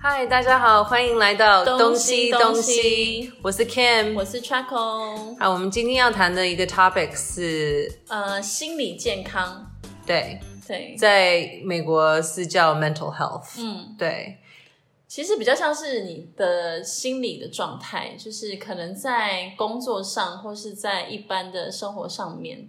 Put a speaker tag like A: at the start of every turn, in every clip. A: 嗨，大家好，欢迎来到
B: 东
A: 西
B: 西
A: 东
B: 东西
A: 我是 Kim。
B: 我是 Traco，
A: 啊，我们今天要谈的一个 topic 是，
B: 呃，心理健康，
A: 对，
B: 对，
A: 在美国是叫 mental health，
B: 嗯，
A: 对，
B: 其实比较像是你的心理的状态，就是可能在工作上或是在一般的生活上面，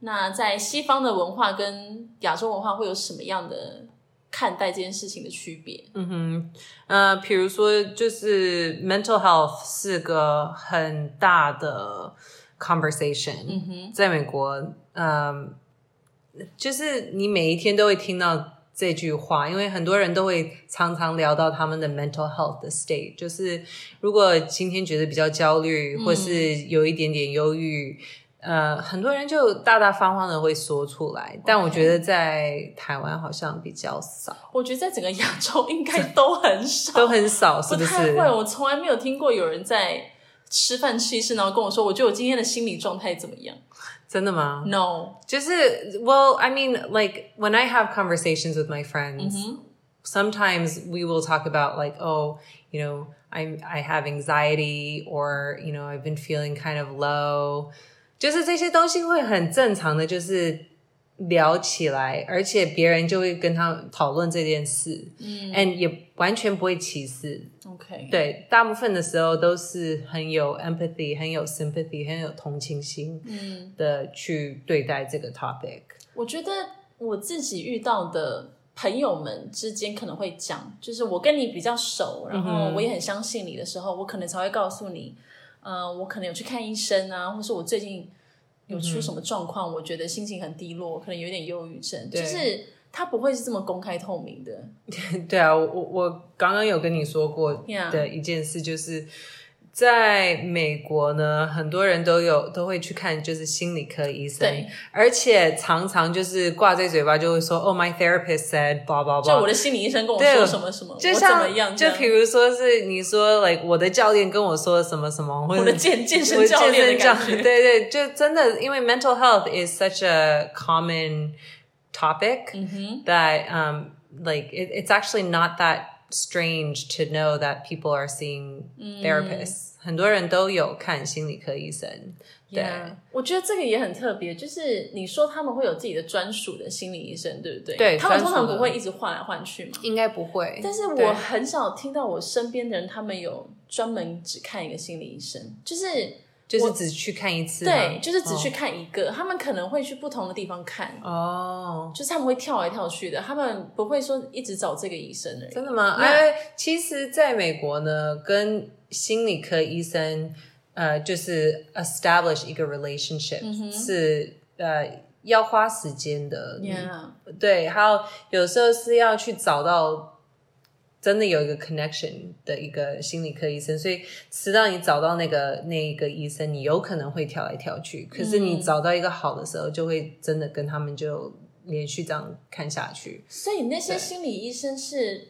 B: 那在西方的文化跟亚洲文化会有什么样的看待这件事情的区别？
A: 嗯哼，呃，比如说就是 mental health 是个很大的 conversation，
B: 嗯哼，
A: 在美国，嗯，就是你每一天都会听到这句话，因为很多人都会常常聊到他们的 mental health 的 state，就是如果今天觉得比较焦虑，或是有一点点忧郁。呃，很多人就大大方方的会说出来，但我觉得在台湾好像比较少，
B: 我觉得在整个亚洲应该都很少，
A: 都很少，是
B: 不
A: 不
B: 太
A: 是？
B: 会，我从来没有听过有人在吃饭吃一吃，然后跟我说，我觉得我今天的心理状态怎么样
A: 真的吗？
B: ？No，
A: 就是，well, I mean, like when I have conversations with my friends, sometimes we will talk about like, oh, you know, I'm I have anxiety or you know I've been feeling kind of low，就是这些东西会很正常的，就是聊起来，而且别人就会跟他讨论这件事，嗯，and 也完全不会歧视，
B: OK，，
A: 对，大部分的时候都是很有 empathy、很有 sympathy、很有同情心
B: 嗯，
A: 的去对待这个 topic。
B: 我觉得我自己遇到的朋友们之间可能会讲，就是我跟你比较熟，然
A: 嗯
B: 后我也很相信你的时候，我可能才会告诉你，呃，我可能有去看医生啊，或是我最近有出什么状况，我觉得心情很低落，可能有点忧郁症，
A: 嗯对
B: 就是他不会是这么公开透明的。
A: 对啊，我我我刚刚有跟你说过
B: Yeah
A: 的一件事就是。在美国呢，很多人都有都会去看，就是心理科医生
B: 对，
A: 而且常常就是挂在嘴巴就会说，Oh, my therapist said blah blah
B: 就我
A: blah。
B: 的心理医生跟我
A: 对
B: 说什么什么，
A: 就
B: 我怎
A: 像
B: 么样，
A: 就
B: 这样
A: 比如说是你说，like 我的教练跟我说什么什么，或者
B: 我的健健身教练的感觉，
A: 对对，就真的因为 mental health is such a common topic、that
B: Mm-hmm.
A: um like it, it's actually not that strange to know that people are seeing
B: Mm.
A: therapists、很多人都有看心理科医生，对
B: Yeah，我觉得这个也很特别，就是你说他们会有自己的专属的心理医生，对不对？
A: 对
B: 他们
A: 专
B: 通
A: 属
B: 常
A: 的
B: 不会一直换来换去嘛。
A: 应该不会。
B: 但是
A: 对
B: 我很少听到我身边的人，他们有专门只看一个心理医生，就是
A: 嗯就是只去看一次吗，
B: 对，就是只去看一个。他们可能会去不同的地方看，
A: 哦。
B: 就是他们会跳来跳去的，他们不会说一直找这个医生而已。
A: 真的吗？
B: 那
A: 哎，其实在美国呢，跟心理科医生，呃，就是 establish
B: 嗯
A: 一个 relationship、是呃要花时间的
B: Yeah，
A: 对，还有有时候是要去找到真的有一个 connection 的一个心理科医生，所以直到你找到那个那一个医生，你有可能会跳来跳去，可是
B: 嗯
A: 你找到一个好的时候，就会真的跟他们就连续这样看下去。
B: 所以那些心理医生是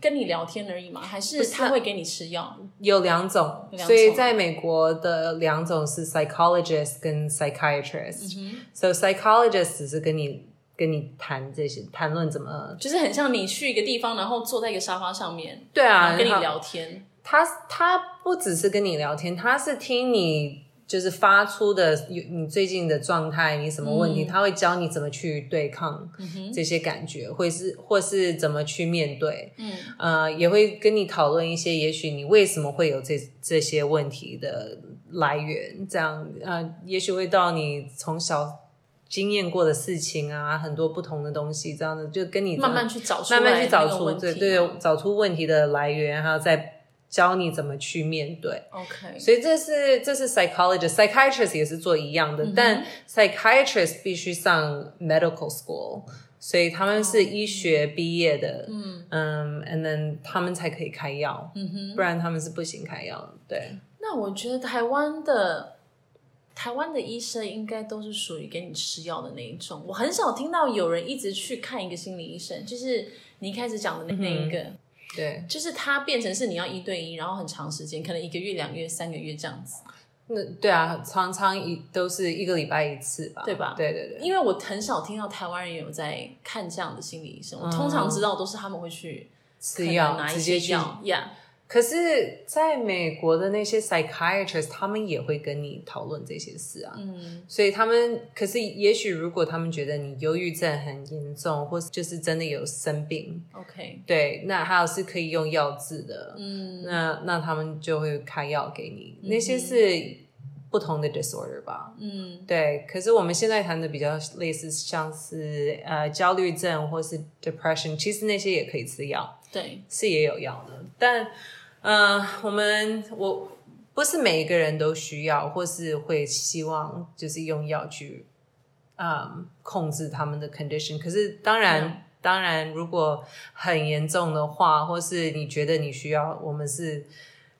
B: 跟你聊天而已吗？还是他会给你吃药？
A: 有两种，
B: 有两种
A: 所以在美国的两种是 psychologist 跟
B: 嗯
A: psychiatrist、So psychologist 只是跟你跟你谈这些，谈论怎么
B: 就是很像你去一个地方，然后坐在一个沙发上面，
A: 对
B: 然
A: 啊，
B: 后跟你
A: 然后
B: 聊天。
A: 他他不只是跟你聊天，他是听你就是发出的有你最近的状态，你什么问
B: 嗯
A: 题，他会教你怎么去对抗这些感觉，或是或是怎么去面对。嗯，呃，也会跟你讨论一些，也许你为什么会有这这些问题的来源，这样呃，也许会到你从小。经验过的事情啊，很多不同的东西，这样子就跟你
B: 慢慢去找出来
A: 慢慢去找
B: 那个
A: 出
B: 问题啊
A: 对对，找出问题的来源，还有再教你怎么去面对。
B: OK，
A: 所以这是这是 psychologist、psychiatrist 也是做一样
B: 嗯
A: 的，但 psychiatrist 必须上 medical school，所以他们是
B: 哦
A: 医学毕业的，嗯嗯，and then 他们才可以开药，嗯哼，不然他们是不行开药的，对。
B: 那我觉得台湾的台湾的医生应该都是属于给你吃药的那一种。我很少听到有人一直去看一个心理医生，就是你一开始讲的那那一个，
A: 对，
B: 就是他变成是你要一对一，然后很长时间，可能一个月、两个月、三个月这样子。
A: 那对啊，常常一都是一个礼拜一次吧，
B: 对吧
A: 对对对，
B: 因为我很少听到台湾人有在看这样的心理医生，我通常知道都是他们会去可
A: 吃
B: 能
A: 药
B: 拿一
A: 直
B: 些
A: 接去
B: 嗯药，Yeah，
A: 可是，在美国的那些 psychiatrist，他们也会跟你讨论这些事啊。
B: 嗯
A: 所以他们，可是也许如果他们觉得你忧郁症很严重，或是就是真的有生病，
B: ，OK，
A: 对，那还有是可以用药治的，
B: 嗯，
A: 那那他们就会开药给你。那些是不同的 disorder 吧？
B: 嗯
A: 对，可是我们现在谈的比较类似，像是呃焦虑症或是 depression，其实那些也可以吃药。
B: 对，
A: 是也有药的，但呃，我们我不是每一个人都需要，或是会希望就是用药去嗯控制他们的 condition。可是当然。
B: 嗯
A: 当然，如果很严重的话，或是你觉得你需要，我们是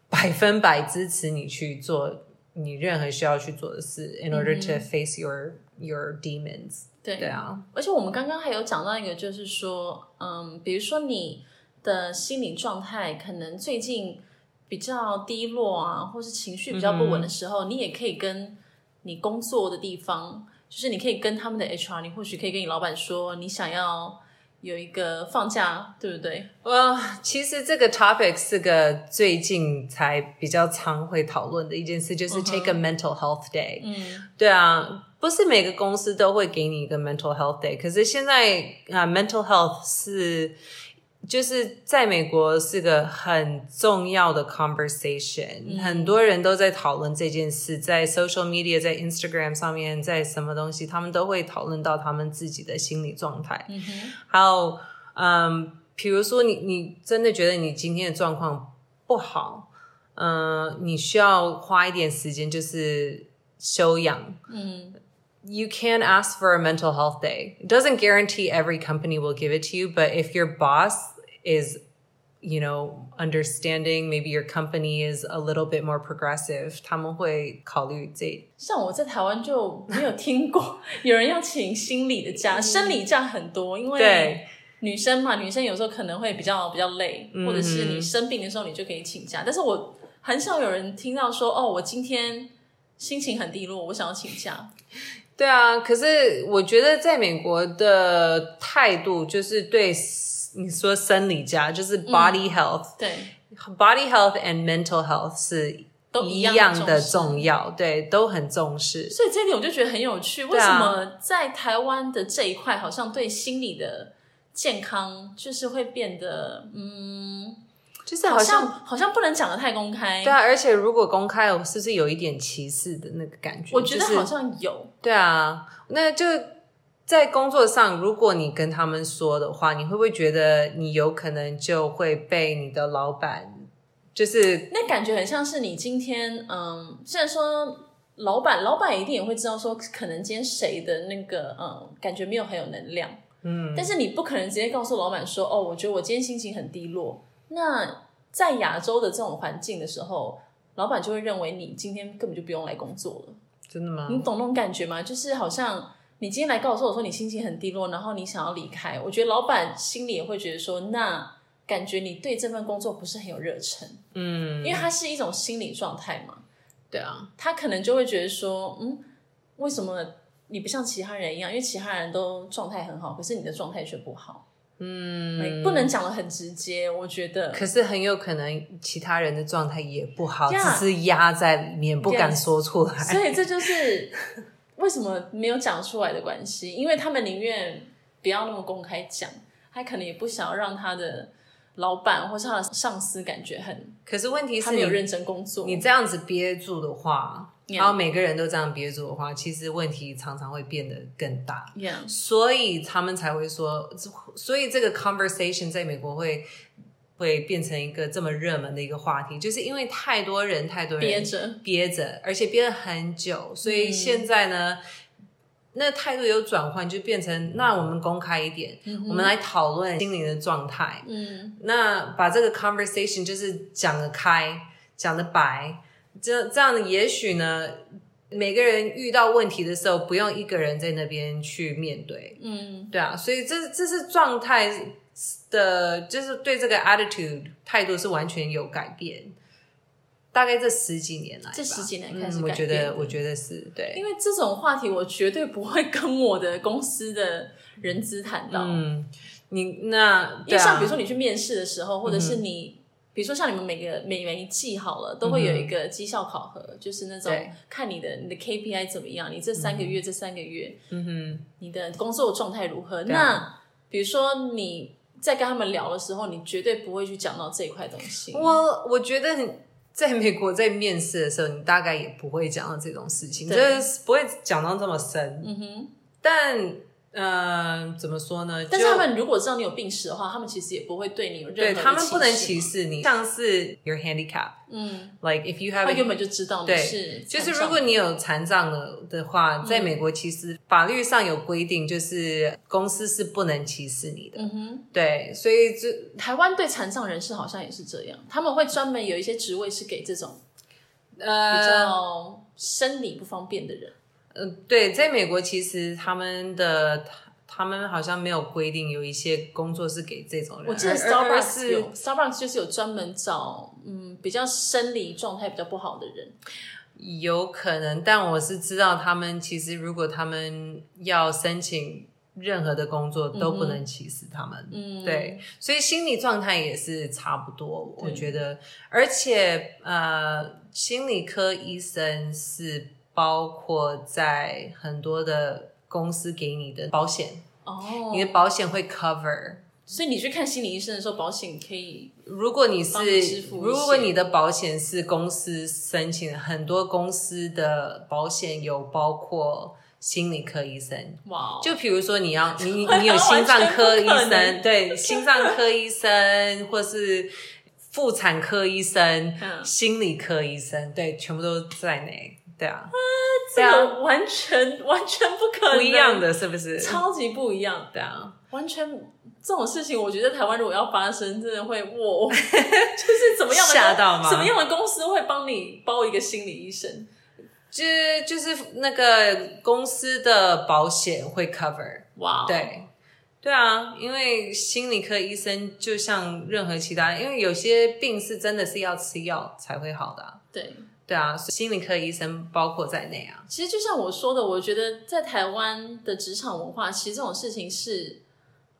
A: 百分百支持你去做你任何需要去做的事，in order to face your your demons。
B: 对
A: 对啊，
B: 而且我们刚刚还有讲到一个，就是说，嗯，比如说你的心理状态可能最近比较低落啊，或是情绪比较不稳的时候，你也可以跟你工作的地方，就是你可以跟他们的 HR，你或许可以跟你老板说，你想要有一个放假，对不对？
A: 呃，其实这个 topic 是个最近才比较常会讨论的一件事，就是
B: 嗯哼
A: take a mental health day。
B: 嗯
A: 对啊，不是每个公司都会给你一个 mental health day，可是现在啊、m e n t a l health 是就是在美国是个很重要的
B: 嗯
A: conversation，、很多人都在讨论这件事，在 social media、在 Instagram 上面，在什么东西，他们都会讨论到他们自己的心理状态。
B: 嗯哼，
A: 还有，嗯，比如说你你真的觉得你今天的状况不好，嗯、你需要花一点时间就是休养。
B: 嗯
A: You can ask for a mental health day. It doesn't guarantee every company will give it to you, but if your boss is you know, understanding maybe your company is a little bit more progressive. 他们会考虑这
B: 像我在台湾就没有听过有人要请心理的假，生理假很多，因为
A: 对
B: 女生嘛，女生有时候可能会比较比较累，或者是
A: 嗯
B: 你生病的时候你就可以请假，但是我很少有人听到说哦，我今天心情很低落，我想要请假。
A: 对啊，可是我觉得在美国的态度就是对 s- 你说生理假，就是 body health、
B: 对，
A: body health and mental health 是
B: 都
A: 一
B: 一样
A: 样的
B: 重视
A: 重要，对，都很重视。
B: 所以这一点我就觉得很有趣，为
A: 啊
B: 什么在台湾的这一块好像对心理的健康就是会变得嗯，
A: 就是
B: 好
A: 好像
B: 像好像不能讲的太公开。
A: 对啊，而且如果公开，是不是有一点歧视的那个感觉？
B: 我觉得
A: 就是
B: 好像有，
A: 对啊，那就在工作上，如果你跟他们说的话，你会不会觉得你有可能就会被你的老板就是
B: 那感觉很像是你今天，嗯，虽然说老板，老板一定也会知道说，可能今天谁的那个，嗯，感觉没有很有能量，
A: 嗯，
B: 但是你不可能直接告诉老板说，哦，我觉得我今天心情很低落。那在亚洲的这种环境的时候，老板就会认为你今天根本就不用来工作了。
A: 真的吗？
B: 你懂那种感觉吗？就是好像你今天来告诉我说你心情很低落，然后你想要离开，我觉得老板心里也会觉得说，那感觉你对这份工作不是很有热忱，
A: 嗯，
B: 因为它是一种心理状态嘛，
A: 对啊，
B: 他可能就会觉得说，嗯，为什么你不像其他人一样？因为其他人都状态很好，可是你的状态却不好，
A: 嗯，
B: 不能讲的很直接，我觉得。
A: 可是很有可能其他人的状态也不好只
B: Yeah
A: 是压在里面不敢说出来。
B: 所以这就是为什么没有讲出来的关系，因为他们宁愿不要那么公开讲，他可能也不想要让他的老板或是他的上司感觉很
A: 可是问题
B: 他
A: 是
B: 没有认
A: 你，
B: 真工作。
A: 你这样子憋住的话
B: Yeah
A: 然后每个人都这样憋住的话，其实问题常常会变得更大。
B: Yeah，
A: 所以他们才会说，所以这个 conversation 在美国会会变成一个这么热门的一个话题，就是因为太多人太多人
B: 憋着嗯
A: 憋着，而且憋了很久，所以现在呢，那态度有转换，就变成那我们公开一点，我们来讨论心灵的状态，
B: 嗯，
A: 那把这个 conversation 就是讲得开，讲得白，这这样也许呢，每个人遇到问题的时候，不用一个人在那边去面对，
B: 嗯，
A: 对啊，所以这这是状态的，就是对这个 attitude 态度是完全有改变，大概这十几年来吧，
B: 这十几年开始
A: 嗯，我
B: 改
A: 觉
B: 变
A: 得我觉得是对，
B: 因为这种话题我绝对不会跟我的公司的人资谈到。
A: 嗯，你那
B: 因为
A: 对啊嗯
B: 像比如说你去面试的时候，或者是你，比如说像你们每个每每一季好了，都会有一个绩效考核，就是那种
A: 对
B: 看你的你的 KPI 怎么样，你这三个月、这三个月
A: 嗯哼，
B: 你的工作状态如何。
A: 对啊
B: 那比如说你在跟他们聊的时候，你绝对不会去讲到这一块东西。
A: 我我觉得很。在美国，在面试的时候，你大概也不会讲到这种事情，就
B: 对
A: 是不会讲到这么深。
B: 嗯哼，
A: 但呃，怎么说呢？
B: 但是
A: 就
B: 他们如果知道你有病史的话，他们其实也不会对你有任何
A: 对
B: 的
A: 他们不能
B: 歧
A: 歧
B: 视。
A: 视你，像是 your handicap，like
B: 嗯，
A: if you have
B: 他
A: a
B: 原本就知道你
A: 对
B: 是
A: 就
B: 残
A: 是
B: 障
A: 如果你有残障的的话，
B: 嗯
A: 在美国其实法律上有规定，就是公司是不能歧视你的。
B: 嗯哼，
A: 对，所以这
B: 台湾对残障人士好像也是这样，他们会专门有一些职位是给这种比
A: 呃，
B: 较生理不方便的人。
A: 呃对，在美国其实他们的他们好像没有规定有一些工作是给这种人，
B: 我记得
A: 而而
B: Starbucks
A: 是
B: 有 Starbucks 就是有专门找嗯比较生理状态比较不好的人。
A: 有可能，但我是知道他们其实如果他们要申请任何的工作，都不能歧视他们。
B: 嗯，
A: 对，所以心理状态也是差不多，
B: 对
A: 我觉得，而且呃，心理科医生是包括在很多的公司给你的保险，
B: 哦，
A: 你的保险会 cover。
B: 所以你去看心理医生的时候，保险可以
A: 如果你
B: 帮你支
A: 是，
B: 付一些
A: 如果你的保险是公司申请的，很多公司的保险有包括心理科医生，
B: 哇哦，
A: 就比如说你要你 你你有心脏科医
B: 完全不可能
A: 生，对，心脏科医生或是妇产科医生、
B: 嗯
A: 心理科医生，对，全部都在内，对啊，
B: 嗯这
A: 对啊，
B: 个完全 完全不可能
A: 不一样，的是不是？
B: 超级不一样。
A: 对啊，
B: 完全这种事情，我觉得台湾如果要发生，真的会 哇，哦就是怎么样的公
A: 吓到吗
B: 什么样的公司会帮你包一个心理医生？
A: 就就是那个公司的保险会 cover，
B: 哇、哦，
A: 对，对啊，因为心理科医生就像任何其他，因为有些病是真的是要吃药才会好的啊、
B: 对，
A: 对啊，所以心理科医生包括在内啊。
B: 其实就像我说的，我觉得在台湾的职场文化，其实这种事情是，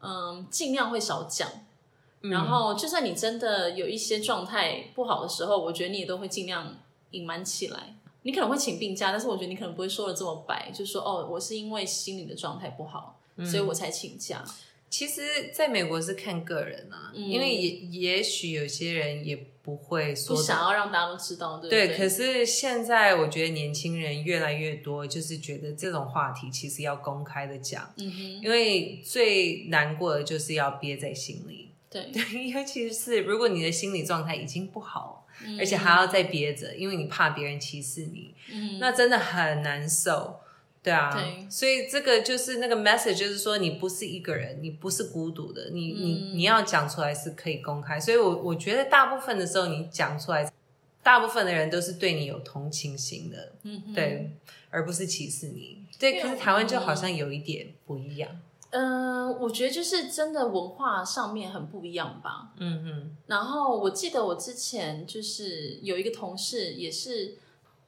B: 嗯，尽量会少讲。
A: 嗯
B: 然后，就算你真的有一些状态不好的时候，我觉得你也都会尽量隐瞒起来。你可能会请病假，但是我觉得你可能不会说的这么白，就说哦，我是因为心理的状态不好，所以
A: 嗯
B: 我才请假。
A: 其实，在美国是看个人啊，
B: 嗯
A: 因为也也许有些人也不会
B: 不
A: 说
B: 想要让大家都知道，对不
A: 对，
B: 对
A: 可是现在我觉得年轻人越来越多，就是觉得这种话题其实要公开的讲，
B: 嗯哼，
A: 因为最难过的就是要憋在心里。
B: 对，
A: 对， 尤其是如果你的心理状态已经不好，
B: 嗯
A: 而且还要再憋着，因为你怕别人歧视你，
B: 嗯，
A: 那真的很难受。对啊，
B: 对
A: 所以这个就是那个 message，就是说你不是一个人，你不是孤独的，你、你
B: 嗯
A: 你要讲出来是可以公开。所以我我觉得大部分的时候你讲出来，大部分的人都是对你有同情心的，
B: 嗯哼，
A: 对，而不是歧视你。
B: 因
A: 对，
B: 为
A: 可是台湾就好像有一点不一样。
B: 嗯、我觉得就是真的文化上面很不一样吧。
A: 嗯嗯
B: 然后我记得我之前就是有一个同事也是，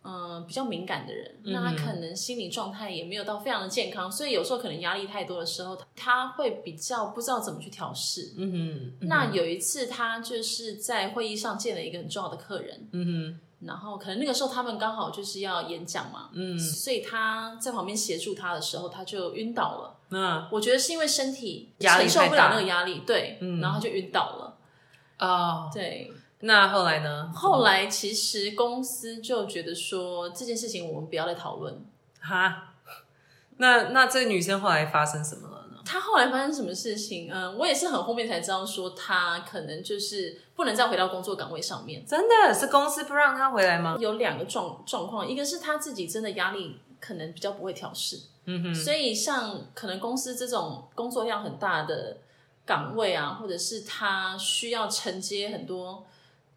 B: 嗯、比较敏感的人，
A: 嗯
B: 那他可能心理状态也没有到非常的健康，所以有时候可能压力太多的时候，他会比较不知道怎么去调试。
A: 嗯哼，嗯
B: 那
A: 哼
B: 有一次，他就是在会议上见了一个很重要的客人，
A: 嗯哼
B: 然后可能那个时候他们刚好就是要演讲嘛，
A: 嗯，
B: 所以他在旁边协助他的时候，他就晕倒了。
A: 那
B: 我觉得是因为身体
A: 压力
B: 承受不了
A: 太大
B: 那个压力，对，
A: 嗯
B: 然后他就晕倒了，呃
A: 哦，
B: 对。
A: 那后来呢？
B: 后来其实公司就觉得说这件事情我们不要再讨论。
A: 哈，那那这女生后来发生什么了呢？
B: 他后来发生什么事情？嗯，我也是很后面才知道，说他可能就是不能再回到工作岗位上面。嗯
A: 真的是公司不让她回来吗？
B: 有两个状状况，一个是他自己真的压力可能比较不会调试，
A: 嗯哼，
B: 所以像可能公司这种工作量很大的岗位啊，或者是他需要承接很多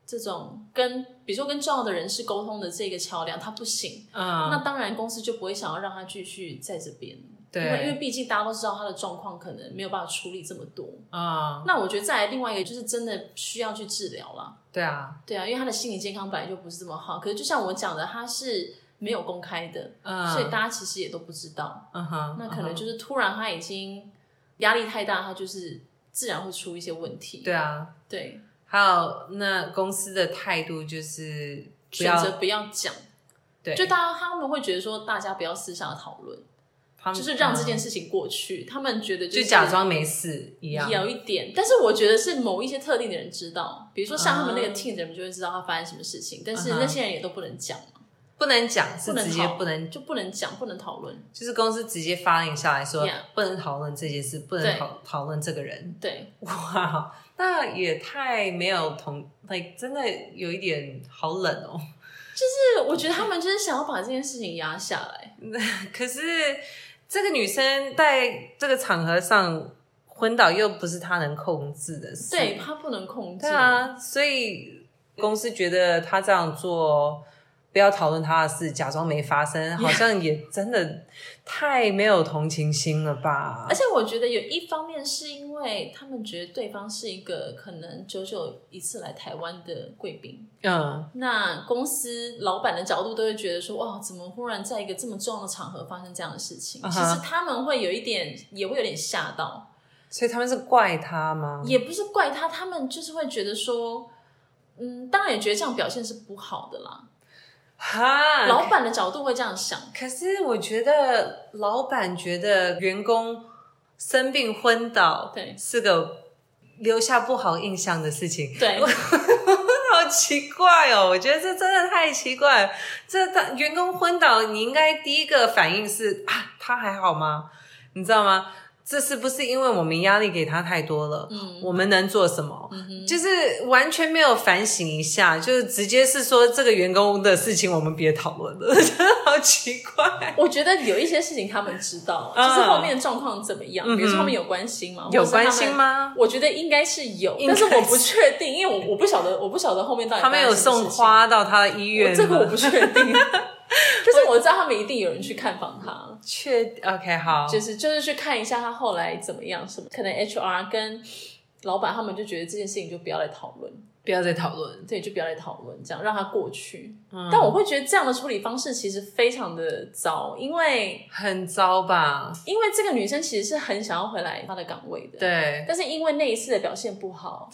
B: 这种跟比如说跟重要的人士沟通的这个桥梁，他不行。那
A: 嗯，
B: 当然，公司就不会想要让他继续在这边，因为因
A: 对，
B: 为毕竟大家都知道他的状况可能没有办法处理这么多。
A: 啊、
B: 那我觉得再来另外一个就是真的需要去治疗啦，
A: 对啊，
B: 对啊，因为他的心理健康本来就不是这么好。可是就像我讲的，他是没有公开的，所以
A: 嗯，
B: 大家其实也都不知道。
A: 嗯哼，
B: 那可能就是突然他已经压力太大，他就是自然会出一些问题。
A: 对啊，
B: 对，
A: 还有那公司的态度就是不
B: 选
A: 要
B: 择不要讲，
A: 对，
B: 就大家他们会觉得说，大家不要私下讨论，
A: 他们
B: 就是让这件
A: 事
B: 事情过去。他们觉得
A: 就是假装没事一样。
B: 有一点，但是我觉得是某一些特定的人知道，比如说像他们那
A: 啊
B: 个 team 的人就会知道他发生什么事情，但是
A: 嗯哼
B: 那些人也都不能讲嘛，
A: 不能讲，是
B: 不能
A: 直接
B: 讨
A: 不能，
B: 就不能讲，不能讨论。
A: 就是公司直接发令下来说
B: Yeah
A: 不能讨论这件事，不能
B: 对
A: 讨讨论这个人。
B: 对，
A: 哇，那也太没有同，like 真的有一点好冷哦。
B: 是我觉得他们就是想要把这件事情压下 来。
A: 可是这个女生在这个场合上昏倒，又不是她能控制的事。
B: 对他不能控制，
A: 对啊，所以公司觉得她这样做，不要讨论她的事，假装没发 生，好像也真的太没有同情心了吧
B: 而？且我觉得有一方面是因为他们觉得对方是一个可能久久一次来台湾的贵宾，
A: 嗯，
B: 那公司老板的角度都会觉得说，哇，怎么忽然在一个这么重要的场合发生这样的事情
A: 啊
B: 其
A: 哈
B: 实他们会有一点，也会有点吓到，
A: 所以他们是怪她吗？
B: 也不是怪他，他们就是会觉得说，嗯，当然也觉得这样表现是不好的啦。
A: 哈，
B: 老板的角度会这 样想，
A: 可是我觉得老板觉得员工生病昏倒，
B: 对
A: 是个留下不好印象的事情。
B: 对
A: 好奇怪哦，我觉得这真的太奇怪了。这他员工昏倒，你应该第一个反应是啊，他还好吗？你知道吗？这是不是因为我们压力给他太多了？
B: 嗯
A: 我们能做什么？
B: 嗯哼，
A: 就是完全没有反省一下，就是直接是说这个员工的事情我们别讨论了， 真的好奇怪。
B: 我觉得有一些事情他们知道，
A: 嗯
B: 就是后面的状况怎么样，
A: 嗯哼
B: 比如说他们有关心吗？
A: 有
B: 或者是他们
A: 关心？吗？
B: 我觉得应该是有，
A: 应该
B: 但
A: 是
B: 是我不确定，因为我我不晓得，我不晓得后面到底
A: 他们有
B: 发生什么
A: 送
B: 事情
A: 花到他的医院
B: 我
A: 吗？
B: 这个我不确定， 就是我知道他们一定有人去看访他，
A: 确 OK 好，
B: 就是就是去看一下他后来怎么样，什么可能 HR 跟老板他们就觉得这件事情就不要来讨论，
A: 不要再讨论。
B: 对，就不要来讨论，这样让它过去。
A: 嗯
B: 但我会觉得这样的处理方式其实非常的糟，因为
A: 很糟吧？
B: 因为这个女生其实是很想要回来她的岗位的，。
A: 对，啊
B: 但是因为那一次的表现不好，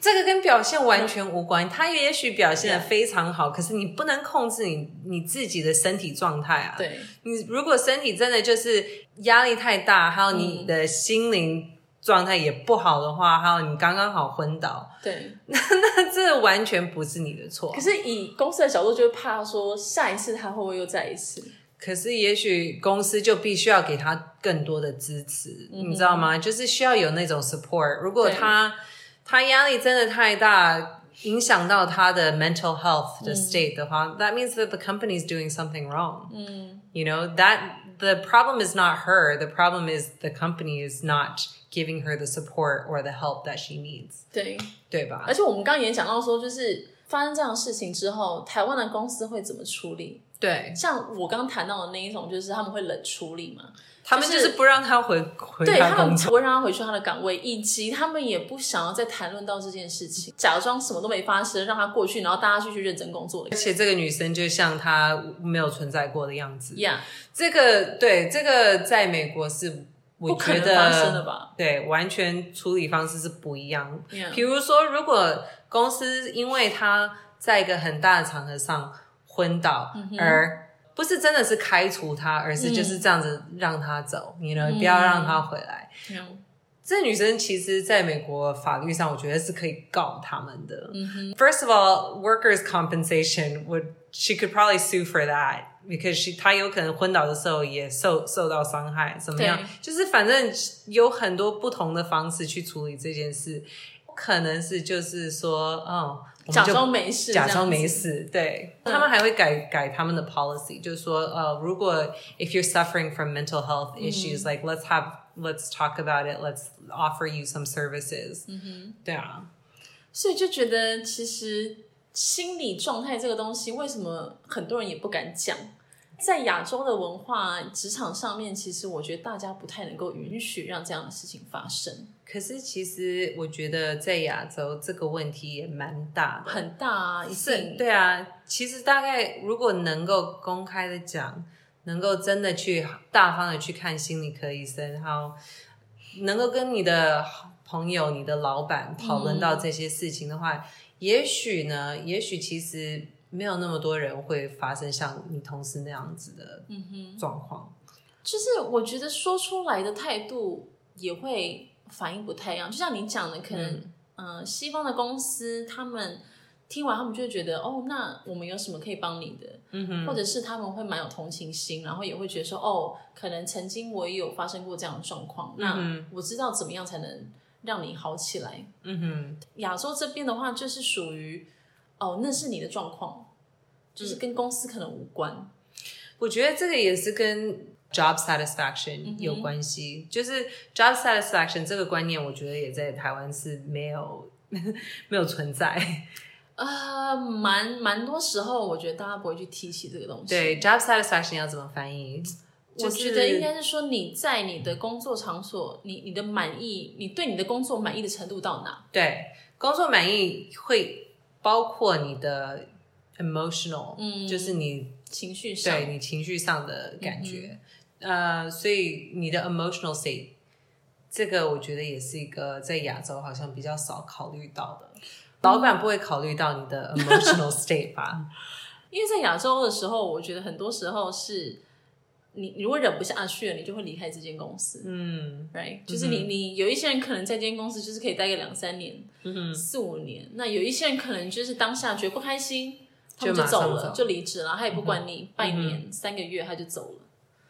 A: 这个跟表现完全无关。他也许表现的非常好，可是你不能控制你你自己的身体状态啊。，
B: 对
A: 你如果身体真的就是压力太大，还有你的心灵状态也不好的话，还有你刚刚好昏倒，
B: 对。
A: 那这完全不是你的错
B: 可。是以公司的角度，就会怕说下一次她会不会又再一次？
A: 可是，也许公司就必须要给他更多的支持，
B: 嗯哼
A: 你知道吗？就是需要有那种 support。如果
B: 对
A: 他他压力真的太大，影响到他的 mental health
B: 嗯
A: 的 state 的话、t h a t means that the company is doing something wrong.
B: 嗯，
A: You know that the problem is not her. The problem is the company is not giving her the support or the help that she needs，
B: 对。
A: 对吧
B: 而？且我们刚刚也讲到说，就是发生这样的事情之后，台湾的公司会怎么处理？
A: 对，
B: 像我刚谈到的那一种，就是他们会冷处理嘛，
A: 他们就是不让他回回
B: 对
A: 他
B: 他
A: 工
B: 们
A: 作。
B: 不会让他回去他的岗位，以及他们也不想要再谈论到这件事情，假装什么都没发生，让他过去，然后大家继续认真工作
A: 而。
B: 的
A: 且这个女生就像她没有存在过的样子。
B: Yeah，
A: 这个对，这个在美国是我
B: 不可
A: 觉
B: 能发生的
A: 得
B: 吧
A: 对，完全处理方式是不一样。
B: ？Yeah，
A: 比如说，如果公司因为他在一个很大的场合上昏倒，
B: 嗯
A: 而不是真的是开除他，而是就是这样子让他走，你
B: 嗯
A: 呢、不要让他回来。
B: Yeah
A: 这女生其实在美国法律上，我觉得是可以告他们的。
B: 嗯哼，
A: First of all, workers' compensation would she could probably sue for that because she 她有可能昏倒的时候也受受到伤害，怎么样
B: 对？
A: 就是反正有很多不同的方式去处理这件事，可能是就是说，哦，我们
B: 假
A: 就
B: 装没事，
A: 假装没
B: 事。
A: 事，对、他们还会改改他们的 policy，就是说，呃，如果 if you're suffering from mental health issues，、like let's have let's talk about it，let's offer you some services，、对啊。
B: 所以就觉得其实心理状态这个东西，为什么很多人也不敢讲？在亚洲的文化职场上面，其实我觉得大家不太能够允许让这样的事情发生，
A: 可是其实我觉得在亚洲这个问题也蛮大的，
B: 很大啊，一
A: 是
B: 定
A: 对啊。其实大概如果能够公开的讲，能够真的去大方的去看心理科医生，然后能够跟你的朋友、你的老板讨论到这些事情的话，也许呢，也许其实没有那么多人会发生像你同事那样子的
B: 嗯哼，
A: 状况。
B: 就是我觉得说出来的态度也会反应不太一样，就像你讲的，可能、
A: 嗯
B: 呃，西方的公司他们听完，他们就会觉得哦，那我们有什么可以帮你的？
A: 嗯哼，
B: 或者是他们会蛮有同情心，然后也会觉得说哦，可能曾经我也有发生过这样的状况，那
A: 嗯
B: 我知道怎么样才能让你好起来。
A: 嗯哼，
B: 亚洲这边的话，就是属于哦，那是你的状况，就是
A: 嗯
B: 跟公司可能无关。
A: 我觉得这个也是跟 job
B: 嗯
A: satisfaction 有关系，就是 job satisfaction 这个观念，我觉得也在台湾是没有 没有存在。
B: 呃，蛮蛮多时候，我觉得大家不会去提起这个东西。
A: 对 job satisfaction 要怎么翻译？
B: 我
A: 就是
B: 觉得应该是说你在你的工作场所，你你的满意，你对你的工作满意的程度到哪？
A: 对，工作满意会包括你的 emotional，
B: 嗯
A: 就是你
B: 情绪上
A: 对你情绪上的感觉，呃，所以你的 emotional state，这个我觉得也是一个在亚洲好像比较少考虑到的。老板不会考虑到你 的 emotional state 吧？
B: 因为在亚洲的时候，我觉得很多时候是你你如果忍不下去了，你就会离开这间公司。
A: 嗯
B: Right，就是你，你有一些人可能在这间公司就是可以待个两三年、
A: 嗯
B: 四五年，那有一些人可能就是当下觉得不开心，他们
A: 就
B: 就
A: 马上
B: 走了，
A: 走
B: 就离职了，他也不管你半年、三个月，他就走了。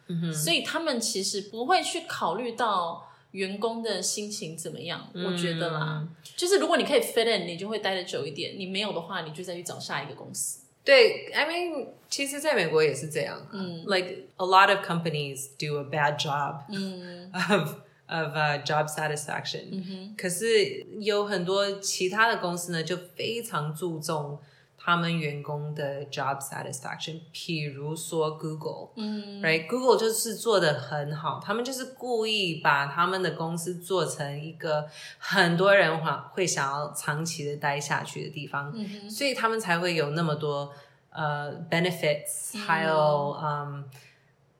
A: 嗯哼，
B: 所以他们其实不会去考虑到员工的心情怎么样，我觉得啦，
A: 嗯
B: 就是如果你可以 fit in，你就会待的久一点；你没有的话，你就再去找下一个公司。
A: 对，I mean，其实在美国也是这样、啊。
B: 嗯
A: Like a lot of companies do a bad job
B: 嗯
A: of of、uh, job satisfaction，、
B: 嗯哼，
A: 可是有很多其他的公司呢，就非常注重他们员工的 job satisfaction，比如说 Google。
B: 嗯
A: Right，Google 就是做的很好，他们就是故意把他们的公司做成一个很多人会会想要长期的待下去的地方，
B: 嗯哼，
A: 所以他们才会有那么多呃 benefits，、
B: 嗯
A: 还有嗯、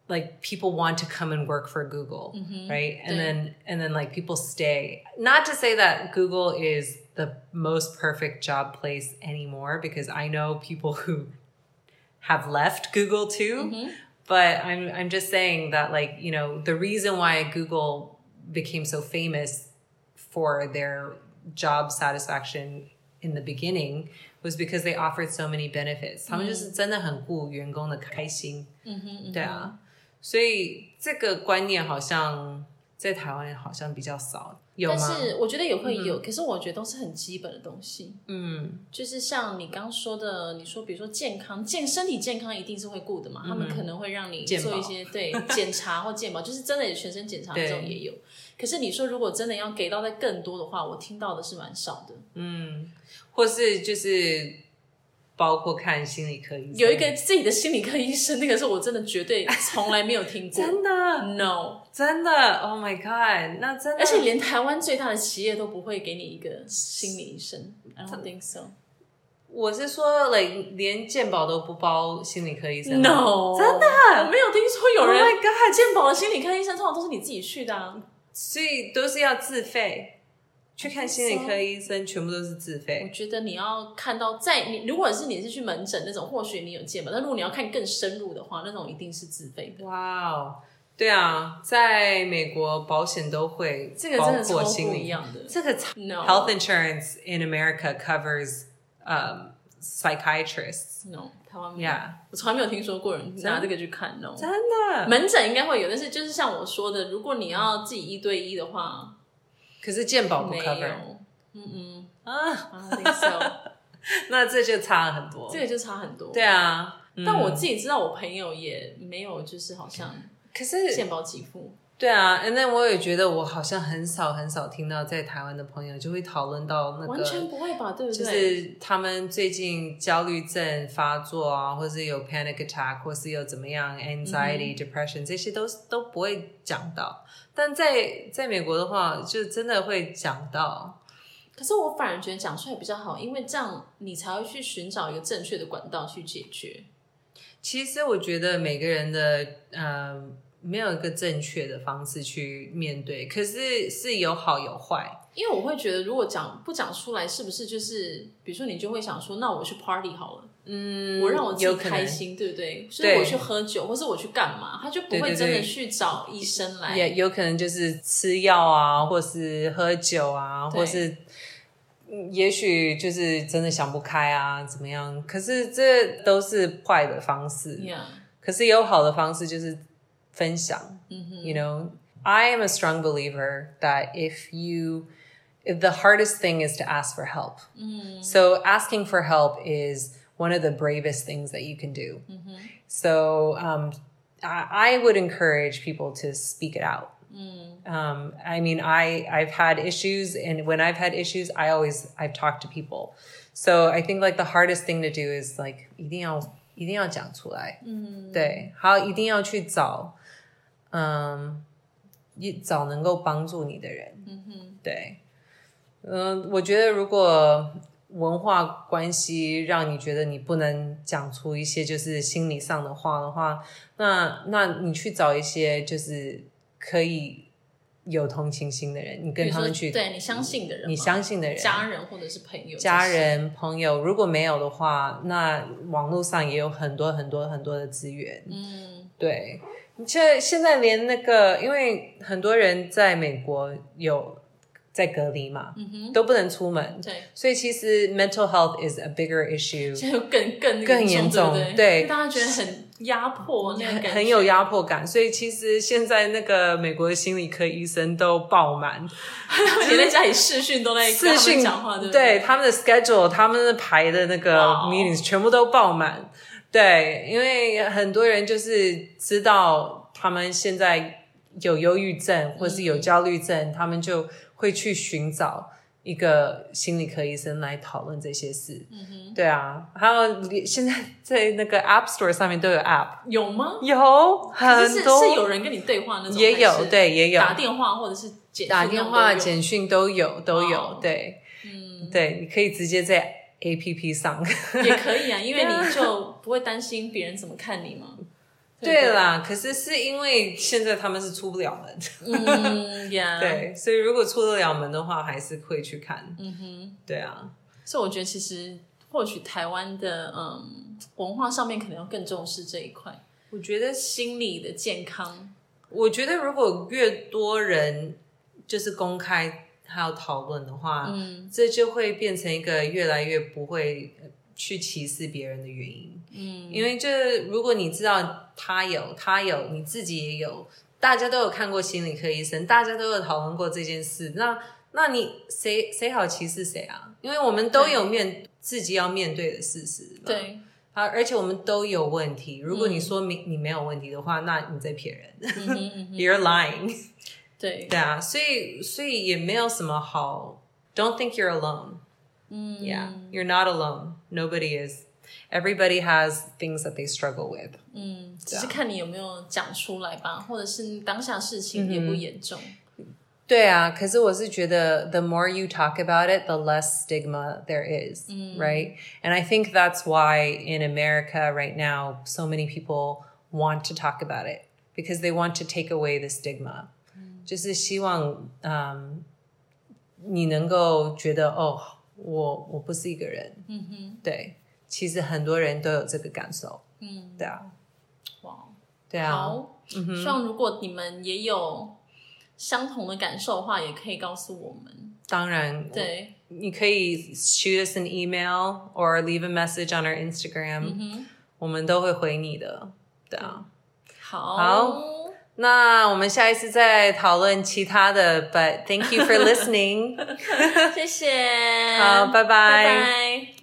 A: like people want to come and work for Google，、
B: 嗯哼
A: right? And
B: Yeah.
A: then and then like people stay. Not to say that Google is the most perfect job place anymore because I know people who have left Google too.
B: Mm-hmm.
A: But I'm I'm just saying that like, you know, the reason why Google became so famous for their job satisfaction in the beginning was because they offered so many benefits.
B: Mm-hmm.
A: 他们就是真的很顾员工的开心。
B: 嗯哼，嗯
A: 对啊，所以这个观念好像在台湾好像比较少，有
B: 但
A: 吗？
B: 是我觉得也会有，可是我觉得都是很基本的东西，
A: 嗯
B: 就是像你刚说的，你说比如说健康健身体健康一定是会顾的嘛，他们可能会让你
A: 嗯健
B: 做
A: 保
B: 一些对检查或健保，就是真的有全身检查这种
A: 对
B: 也有。可是你说如果真的要给到的更多的话，我听到的是蛮少的。
A: 嗯，或是就是包括看心理科医生，
B: 有一个自己的心理科医生，那个是我真的绝对从来没有听 过
A: 真的
B: ，no，
A: 真的，Oh my God，那真的，
B: 而且连台湾最大的企业都不会给你一个心理医生，I don't think so。
A: 我是说，like, 连健保都不包心理科医生吗
B: No，
A: 真的
B: 的， 我没有听说有
A: ，Oh
B: 人
A: my God，
B: 健保的心理科医生通常都是你自己去的、啊，
A: 所以都是要自费。去看心理科医生，全部都是自
B: 我
A: 费。
B: 觉得你要看到在你如果是你是去门诊那种，或许你有健保，但如果你要看更深入的话，那种一定是自费的。
A: 哇哦，对啊，在美国保险都会
B: 这个真
A: 包
B: 的
A: 括
B: 超
A: 心
B: 不
A: 理
B: 一样的。
A: 这个超
B: No
A: health insurance in America covers um, psychiatrists.
B: no，台湾没有
A: Yeah，
B: 我从来没有听说过人拿这个去看 no。
A: 真的。
B: 门诊应该会有，但是就是像我说的，如果你要自己一对一的话，
A: 可是健保不
B: 没
A: cover
B: 有。嗯嗯
A: 啊，
B: ，I don't think so，
A: 那这就差了很多
B: 这。个就差很多。
A: 对，啊，嗯
B: 但我自己知道，我朋友也没有，就是好像
A: 可是
B: 健保给付。
A: 对啊，and then 我也觉得我好像很少很少听到在台湾的朋友就会讨论到那
B: 完全
A: 个。
B: 不会吧，对不
A: Oh 就
B: 对？
A: 是他们最近焦虑症发作啊，或是有 panic attack，或是有怎么样
B: 嗯
A: anxiety、depression，这些都都不会讲到。但在在美国的话，就真的会讲到。
B: 可是我反而觉得讲出来比较好，因为这样你才会去寻找一个正确的管道去解决。
A: 其实我觉得每个人的呃没有一个正确的方式去面对，可是是有好有坏。
B: 因为我会觉得，如果讲不讲出来，是不是就是，比如说你就会想说，那我去 party 好了，
A: 嗯，
B: 我让我自己
A: 有可能
B: 开心，对不对？就是
A: 对
B: 我去喝酒，或是我去干嘛，他就不
A: 对
B: 会
A: 对
B: 真的
A: 对
B: 去找医生来。
A: 也有可能就是吃药啊，或是喝酒啊，
B: 对
A: 或是嗯也许就是真的想不开啊，怎么样？可是这都是坏的方式。
B: Yeah，
A: 可是也有好的方式，就是分享。
B: 嗯哼
A: You know, I am a strong believer that if you if the hardest thing is to ask for help.
B: Mm.
A: So asking for help is one of the bravest things that you can do.
B: Mm-hmm.
A: So um, I, I would encourage people to speak it out.
B: Mm.
A: Um, I mean, I I've had issues, and when I've had issues, I always I've talked to people. So I think like the hardest thing to do is like 一定要一定要讲出来，嗯，对，还有一定要去找，嗯，一找能够帮助你的人，嗯哼，对，嗯，我觉得如果文化关系让你觉得你不能讲出一些就是心理上的话的话，那那你去找一些就是可以有同情心的人，你
B: 比
A: 跟
B: 如
A: 他
B: 说
A: 们去，
B: 对你相信的人嘛，
A: 你相信的人，
B: 家人或者是朋友，
A: 家
B: 这些
A: 人、朋友，如果没有的话，那网络上也有很多很多很多的资源。
B: 嗯
A: 对，这现在连那个，因为很多人在美国有在隔离嘛，
B: 嗯哼，
A: 都不能出门，
B: 对，
A: 所以其实 mental health is a bigger issue，
B: 现在又更更
A: 更
B: 严
A: 严重
B: 重，对不
A: 对
B: 因为大家觉得很压迫那个感觉，
A: 很 有压迫感。所以其实现在那个美国的心理科医生都爆满，
B: 你在家里视讯都在跟
A: 视
B: 他们
A: 讯
B: 讲话，对不
A: 对？他们的 schedule，他们的排的那个
B: 哇哦
A: meetings 全部都爆满。对，因为很多人就是知道他们现在有忧郁症或是有
B: 嗯
A: 焦虑症，他们就会去寻找一个心理科医生来讨论这些事。
B: 嗯哼，
A: 对啊，还有现在在那个 App Store 上面都有 App，
B: 有吗？
A: 有
B: 可
A: 很
B: 是是
A: 多
B: 是有人跟你对话那种，
A: 也
B: 还
A: 有
B: 是
A: 对也有
B: 打电话或者是简
A: 打
B: 讯那
A: 电
B: 种
A: 话、
B: 都有
A: 简讯都有都有，
B: 哦
A: 对，嗯，对，你可以直接在 A P P 上。
B: 也可以啊，因为你就不会担心别人怎么看你 嘛。
A: 对啦，可是是因为现在他们是出不了门，
B: 不对，嗯 呀，，
A: 对，所以如果出得了门的话，还是会去看。嗯哼，对啊，
B: 所以我觉得其实或许台湾的嗯文化上面可能要更重视这一块，
A: 我觉得，
B: 心理的健康。
A: 我觉得如果越多人就是公开还有讨论的话，
B: 嗯
A: 这就会变成一个越来越不会呃去歧视别人的原因。
B: 嗯
A: 因为这如果你知道他有，他有，你自己也有，大家都有看过心理科医生，大家都有讨论过这件事，那那你谁谁好歧视谁啊？因为我们都有面自己要面对的事实，，
B: 对，
A: 啊，而且我们都有问题。如果你说明你没有问题的话，那你在骗人、
B: 嗯哼嗯哼
A: y o u r e lying，
B: 对，
A: 对啊，所以所以也没有什么好，Don't think you're alone。
B: 嗯
A: Yeah, you're not alone. Nobody is. Everybody has things that they struggle with.
B: 嗯，只是看你有没有讲出来吧，或者是当下事情严不严重。
A: 嗯对啊，可是我是觉得 the more you talk about it, the less stigma there is, right? And I think that's why in America right now, so many people want to talk about it because they want to take away the stigma. 就是希望，嗯，你能够觉得哦，我我不是一个人。嗯哼，对，其实很多人都有这个感受。嗯，
B: 哇，哦
A: 对啊，对啊。
B: 好，希望如果你们也有相同的感受的话，也可以告诉我们。
A: 当然，，
B: 对，
A: 你可以 shoot us an email or leave a message on our Instagram，、我们都会回你的。对啊，
B: 好，
A: 好那我们下一次再讨论其他的。But thank you for listening 。
B: 谢谢，
A: 好拜拜
B: 拜拜